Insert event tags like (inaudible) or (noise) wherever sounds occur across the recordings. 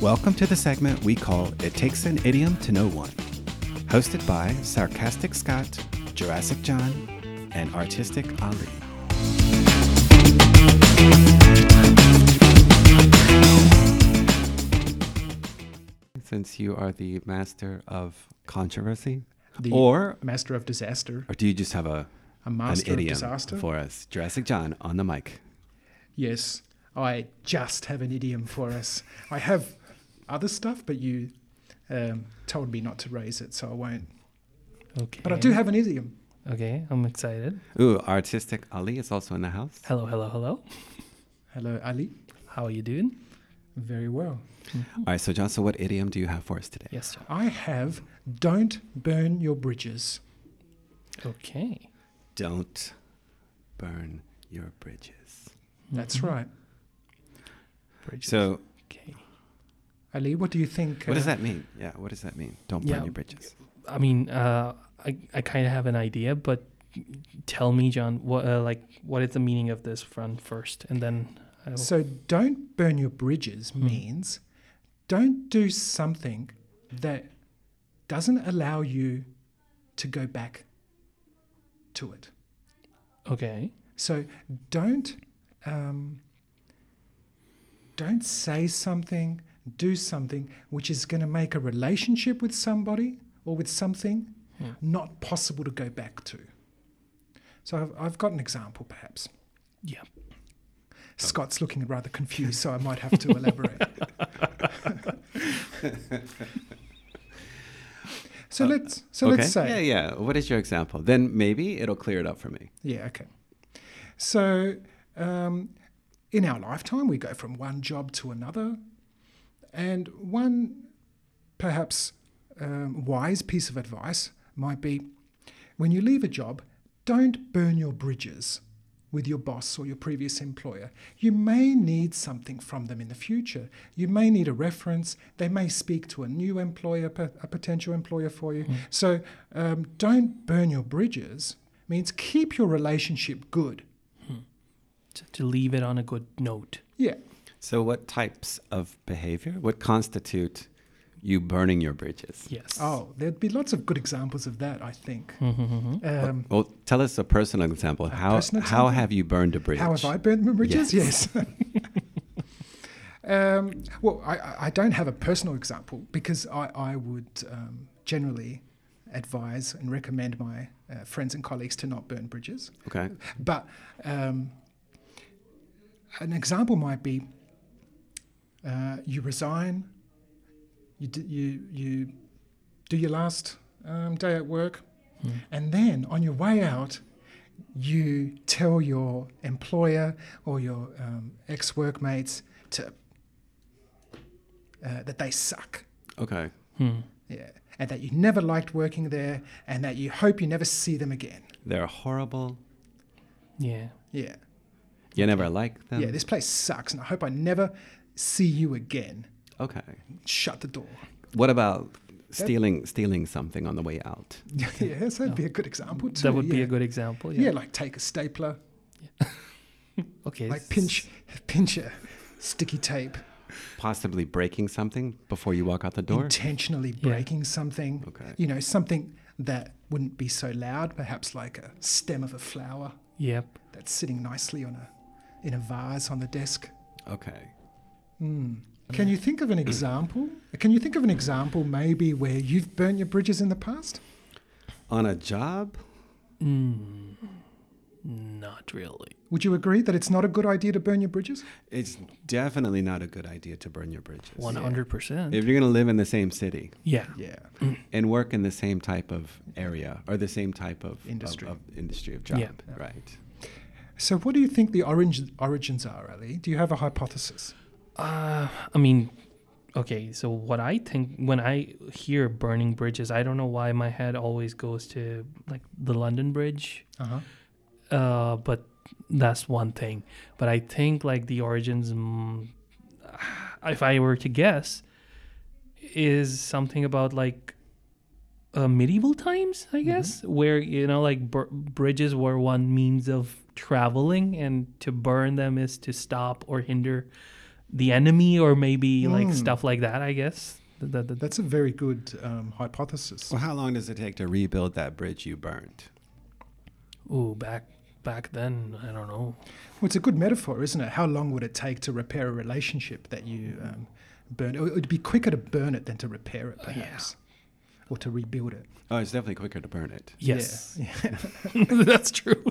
Welcome to the segment we call It Takes an Idiom to Know One, hosted by Sarcastic Scott, Jurassic John, and Artistic Ali. Since you are the master of controversy, The or master of disaster, or do you just have a a master an of idiom disaster. for us? Jurassic John on the mic. Yes, I just have an idiom for us. I have other stuff, but you um, told me not to raise it, so I won't. Okay. But I do have an idiom. Okay, I'm excited. Ooh, artistic Ali is also in the house. Hello, hello, hello. Hello, Ali. How are you doing? Very well. Oh. All right, so John, so what idiom do you have for us today? Yes, John. I have don't burn your bridges. Okay. Don't burn your bridges. That's right. Bridges. So, okay. Ali, what do you think? what does uh, that mean? Yeah, what does that mean? Don't burn Yeah. your bridges. I mean, uh, I I kind of have an idea, but tell me, John, what uh, like what is the meaning of this run first, and then I will, So don't burn your bridges means don't do something that doesn't allow you to go back to it. okay. So don't um, don't say something, do something which is going to make a relationship with somebody or with something Hmm. not possible to go back to. So I've, I've got an example, perhaps. Yeah. Scott's looking rather confused, so I might have to elaborate. (laughs) so let's so let's say Yeah, yeah. What is your example? Then maybe it'll clear it up for me. Yeah, okay. So, um, in our lifetime, we go from one job to another, and one perhaps um, wise piece of advice might be when you leave a job, don't burn your bridges with your boss or your previous employer. You may need something from them in the future. You may need a reference. They may speak to a new employer, po- a potential employer for you. So um, don't burn your bridges means keep your relationship good. To, to leave it on a good note. Yeah. So, what types of behavior? What constitute you burning your bridges? Yes. Oh, there'd be lots of good examples of that, I think. Mhm, mhm. Um, Well, tell us a personal example. how personal how example? have you burned a bridge? How have I burned my bridges? Yes. (laughs) um, well, I- I, I don't have a personal example because I, I would um, generally advise and recommend my uh, friends and colleagues to not burn bridges. Okay. But um, an example might be uh, you resign, you do, you, you do your last um, day at work, and then on your way out, you tell your employer or your um, ex workmates to uh, that they suck. Okay. Hmm. Yeah. And that you never liked working there, and that you hope you never see them again. They're horrible. Yeah. Yeah. You never like them. Um, yeah, this place sucks, and I hope I never see you again. okay. Shut the door. (laughs) What about stealing stealing something on the way out? (laughs) yes, that'd be a good example too. That would be yeah. a good example. Yeah. Yeah. like take a stapler, okay. like pinch, pinch a sticky tape, Possibly breaking something before you walk out the door. intentionally Yeah. breaking something. Okay. You know, something that wouldn't be so loud, perhaps like a stem of a flower Yep. that's sitting nicely on a in a vase on the desk. Hmm. Okay. Can you think of an example? Can you think of an example maybe where you've burnt your bridges in the past? On a job? Mm. Not really. Would you agree that it's not a good idea to burn your bridges? It's definitely not a good idea to burn your bridges. One hundred If percent. you're going to live in the same city Yeah. Yeah. and work in the same type of area or the same type of Industry. of, of industry of job, Yeah. right? So, what do you think the orange, origins are, Ali? Do you have a hypothesis? Uh, I mean, okay. So what I think when I hear burning bridges, I don't know why my head always goes to like the London Bridge. Uh huh. Uh, but that's one thing. But I think like the origins, mm, if I were to guess, is something about like uh, medieval times, I guess, where you know like br- bridges were one means of traveling, and to burn them is to stop or hinder the enemy or maybe like Mm. stuff like that. I guess. Th- th- th- That's a very good um, hypothesis. Well, how long does it take to rebuild that bridge you burned? ooh, back back then, I don't know. Well, it's a good metaphor, isn't it? How long would it take to repair a relationship that you um, burn? It would be quicker to burn it than to repair it, yeah. perhaps, or to rebuild it. Oh, it's definitely quicker to burn it. Yeah. Yes, Yeah. (laughs) that's true.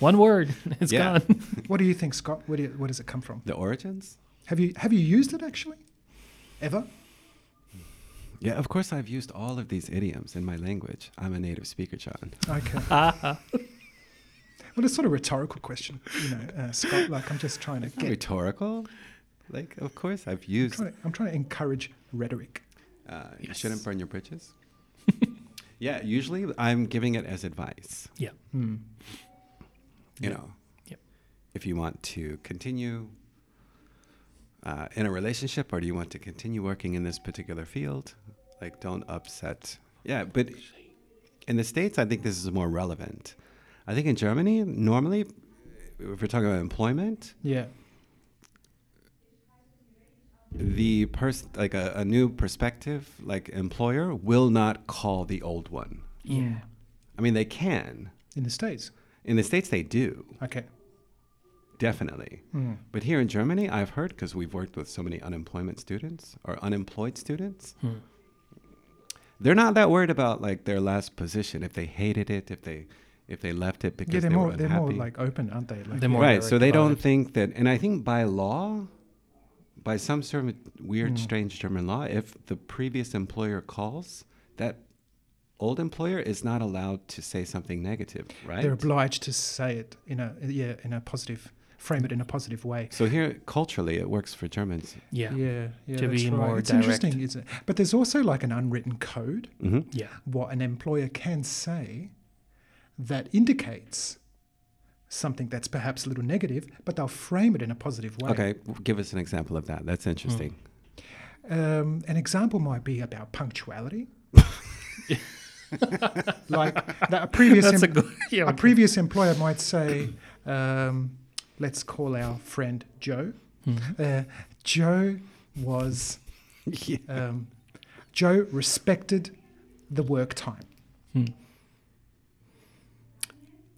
One word, (laughs) it's Yeah. gone. what do you think, Scott? Where, do you, where does it come from? The origins? Have you have you used it actually? Ever? Yeah, of course I've used all of these idioms in my language. I'm a native speaker, John. Okay. well, it's sort of a rhetorical question, you know, uh, Scott. Like I'm just trying to It's not get. rhetorical. Like, of course I've used. Trying to, I'm trying to encourage rhetoric. Uh, You shouldn't burn your (laughs) bridges. yeah, usually I'm giving it as advice. yeah. Hmm. You know, Yep. if you want to continue uh, in a relationship or do you want to continue working in this particular field, like don't upset. Yeah, but in the States, I think this is more relevant. I think in Germany, normally, if we're talking about employment, Yeah. the person, like a, a new perspective, like employer, will not call the old one. Yeah. I mean, they can. In the states. In the States, they do, Okay. definitely. Hmm. But here in Germany, I've heard because we've worked with so many unemployment students or unemployed students, Hmm. they're not that worried about like their last position if they hated it, if they if they left it because Yeah, they're they more were they're unhappy. more like open, aren't they? Like, They're more right, so direct they about don't it. think that, and I think by law, by some sort of weird, Mm. strange German law, if the previous employer calls, that old employer is not allowed to say something negative, right? They're obliged to say it in a yeah in a positive frame it in a positive way. so here, culturally, it works for Germans. Yeah. Yeah. yeah, yeah To that's be right. more it's direct. interesting, isn't it? But there's also like an unwritten code hmm what an employer can say that indicates something that's perhaps a little negative, but they'll frame it in a positive way. Okay, w- give us an example of that. Hmm. That's interesting. (laughs) Um, an example might be about (laughs) punctuality. like that a previous That's a em- good. Yeah. a previous employer might say, um, let's call our friend Joe. Mm-hmm. Uh, Joe was, Yeah. um, Joe respected the work time.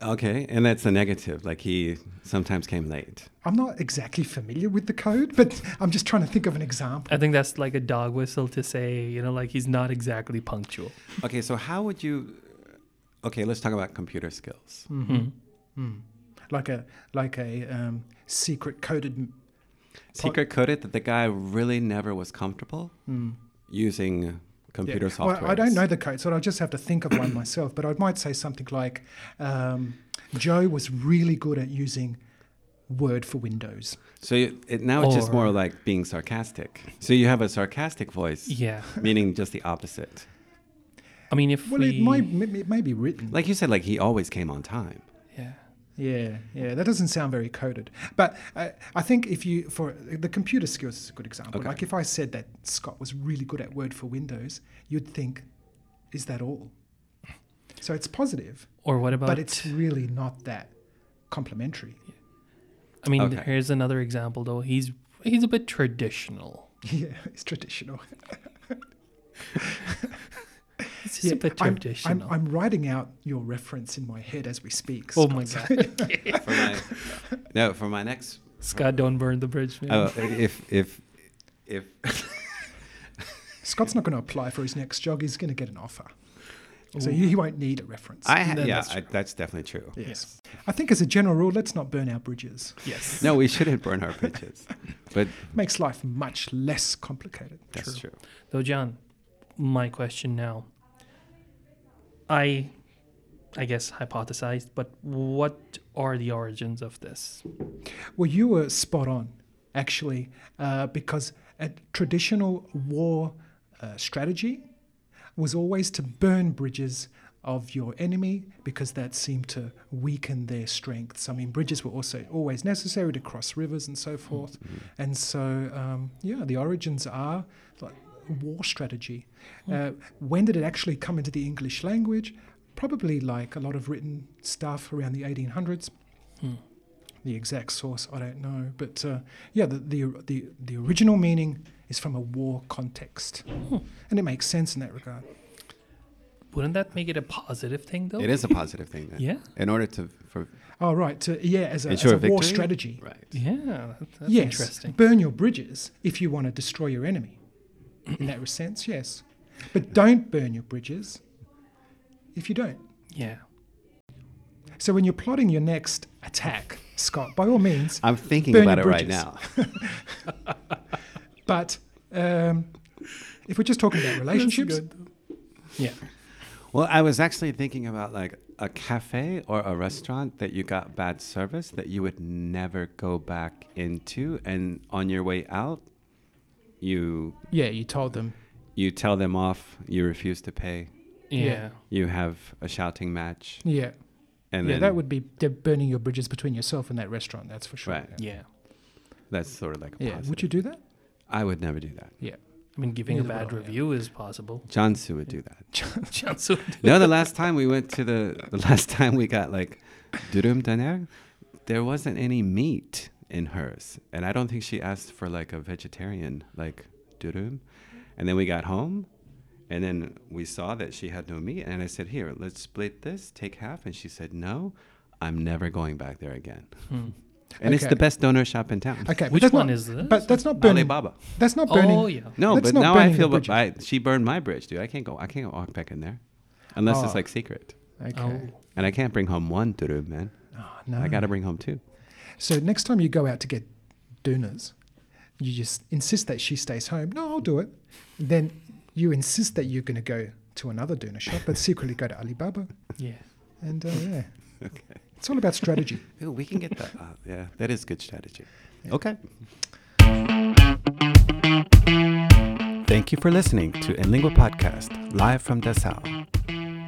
Okay, and that's a negative. Like he sometimes came late. I'm not exactly familiar with the code, but I'm just trying to think of an example. I think that's like a dog whistle to say, you know, like he's not exactly punctual. Okay, so how would you? Okay, let's talk about computer skills. Hmm. Mm-hmm. Hmm. Like a like a um, secret coded. Secret coded that the guy really never was comfortable using computer Hmm. Yeah. software. Well, I don't know the code, so I'll just have to think of one (coughs) myself. But I might say something like, um, "Joe was really good at using Word for Windows." So you, it, now it's just more Or- like being sarcastic. So you have a sarcastic voice, Yeah. meaning just the opposite. I mean, if Well, we, it might it may be written. Like you said, like he always came on (laughs) time. yeah, Yeah, yeah, that doesn't sound very coded. But uh, I think if you, for the computer skills is a good example. Okay. Like if I said that Scott was really good at Word for Windows, you'd think, is that all? So it's positive, or what about? but it's really not that complimentary. (laughs) I mean, Okay. here's another example though. He's he's a bit traditional. Yeah, it's traditional. It's just Yeah, a bit I'm- I'm- traditional. I'm, writing out your reference in my head as we speak. oh my Scott. (laughs) god, For my, no, for my next Scott, don't burn the bridge, man. Oh, if if if Scott's not going to apply for his next job. He's going to get an offer, so he, he won't need a reference. I ha- Then yeah, that's that's, I, that's definitely true. (laughs) yes, I think as a general rule, let's not burn our bridges. yes. No, we shouldn't burn our (laughs) bridges, but makes life much less complicated. that's true. Though, John, my question now. I, I guess hypothesized, but what are the origins of this? Well, you were spot on, actually, uh, because a traditional war uh, strategy was always to burn bridges of your enemy because that seemed to weaken their strengths. I mean, bridges were also always necessary to cross rivers and so forth. And so, um, yeah, the origins are like war strategy. Uh, when did it actually come into the English language? Probably like a lot of written stuff around the 1800s. the exact source I don't know, but uh, yeah, the, the the the original meaning is from a war context, and it makes sense in that regard. Wouldn't that make it a positive thing, though? It is a positive thing. Then. Yeah. In order to for Oh right, to, yeah, as a, as ensure a war victory? strategy. Right. Yeah, that- that's yes, interesting. burn your bridges if you want to destroy your enemy. in that sense, yes, but don't burn your bridges if you don't. (laughs) Yeah. So when you're plotting your next attack, Scott, by all means, I'm thinking Burn about it your right bridges. now. (laughs) but um, if we're just talking about relationships, yeah, Well, I was actually thinking about like a cafe or a restaurant that you got bad service that you would never go back into, and on your way out, you yeah, you told them you tell them off, you refuse to pay, Yeah. Yeah. you have a shouting match, Yeah. and yeah, then that would be de- burning your bridges between yourself and that restaurant, that's for sure. Right. Yeah. Yeah. that's sort of like a Yeah, positive. Would you do that? I would never do that. Yeah. I mean, giving Neither a would bad I, yeah. review is (laughs) possible. John Sue would do that. Chance of- no, the last time we went to the the last (laughs) time we got like durum daner, there wasn't any meat in hers, and I don't think she asked for like a vegetarian like durum. And then we got home, and then we saw that she had no meat, and I said, "Here, let's split this, take half." And she said, "No, I'm never going back there again." Hmm. And it's Okay. the best donor shop in town. Okay. but Which that's one not- is this? But that's not burning. Alibaba. That's not burning. oh yeah. No, That's but not now I burning the feel bridges. but I, she burned my bridge, dude. I can't go. I can't walk back in there, unless Oh. it's like secret. Okay. Oh. And I can't bring home one durum, man. Oh, no. I got to bring home two. So next time you go out to get dooners, you just insist that she stays home. No, I'll do it. Then you insist that you're going to go to another doona shop, but secretly go to Alibaba. Yeah. And uh, (laughs) yeah. It's all about strategy. Ooh, we can get that. Uh, (laughs) yeah, that is good strategy. Okay. Thank you for listening to En Lingua Podcast, live from Dessau.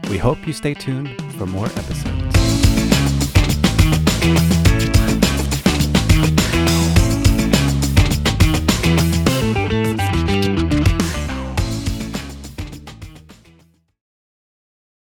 We hope you stay tuned for more episodes.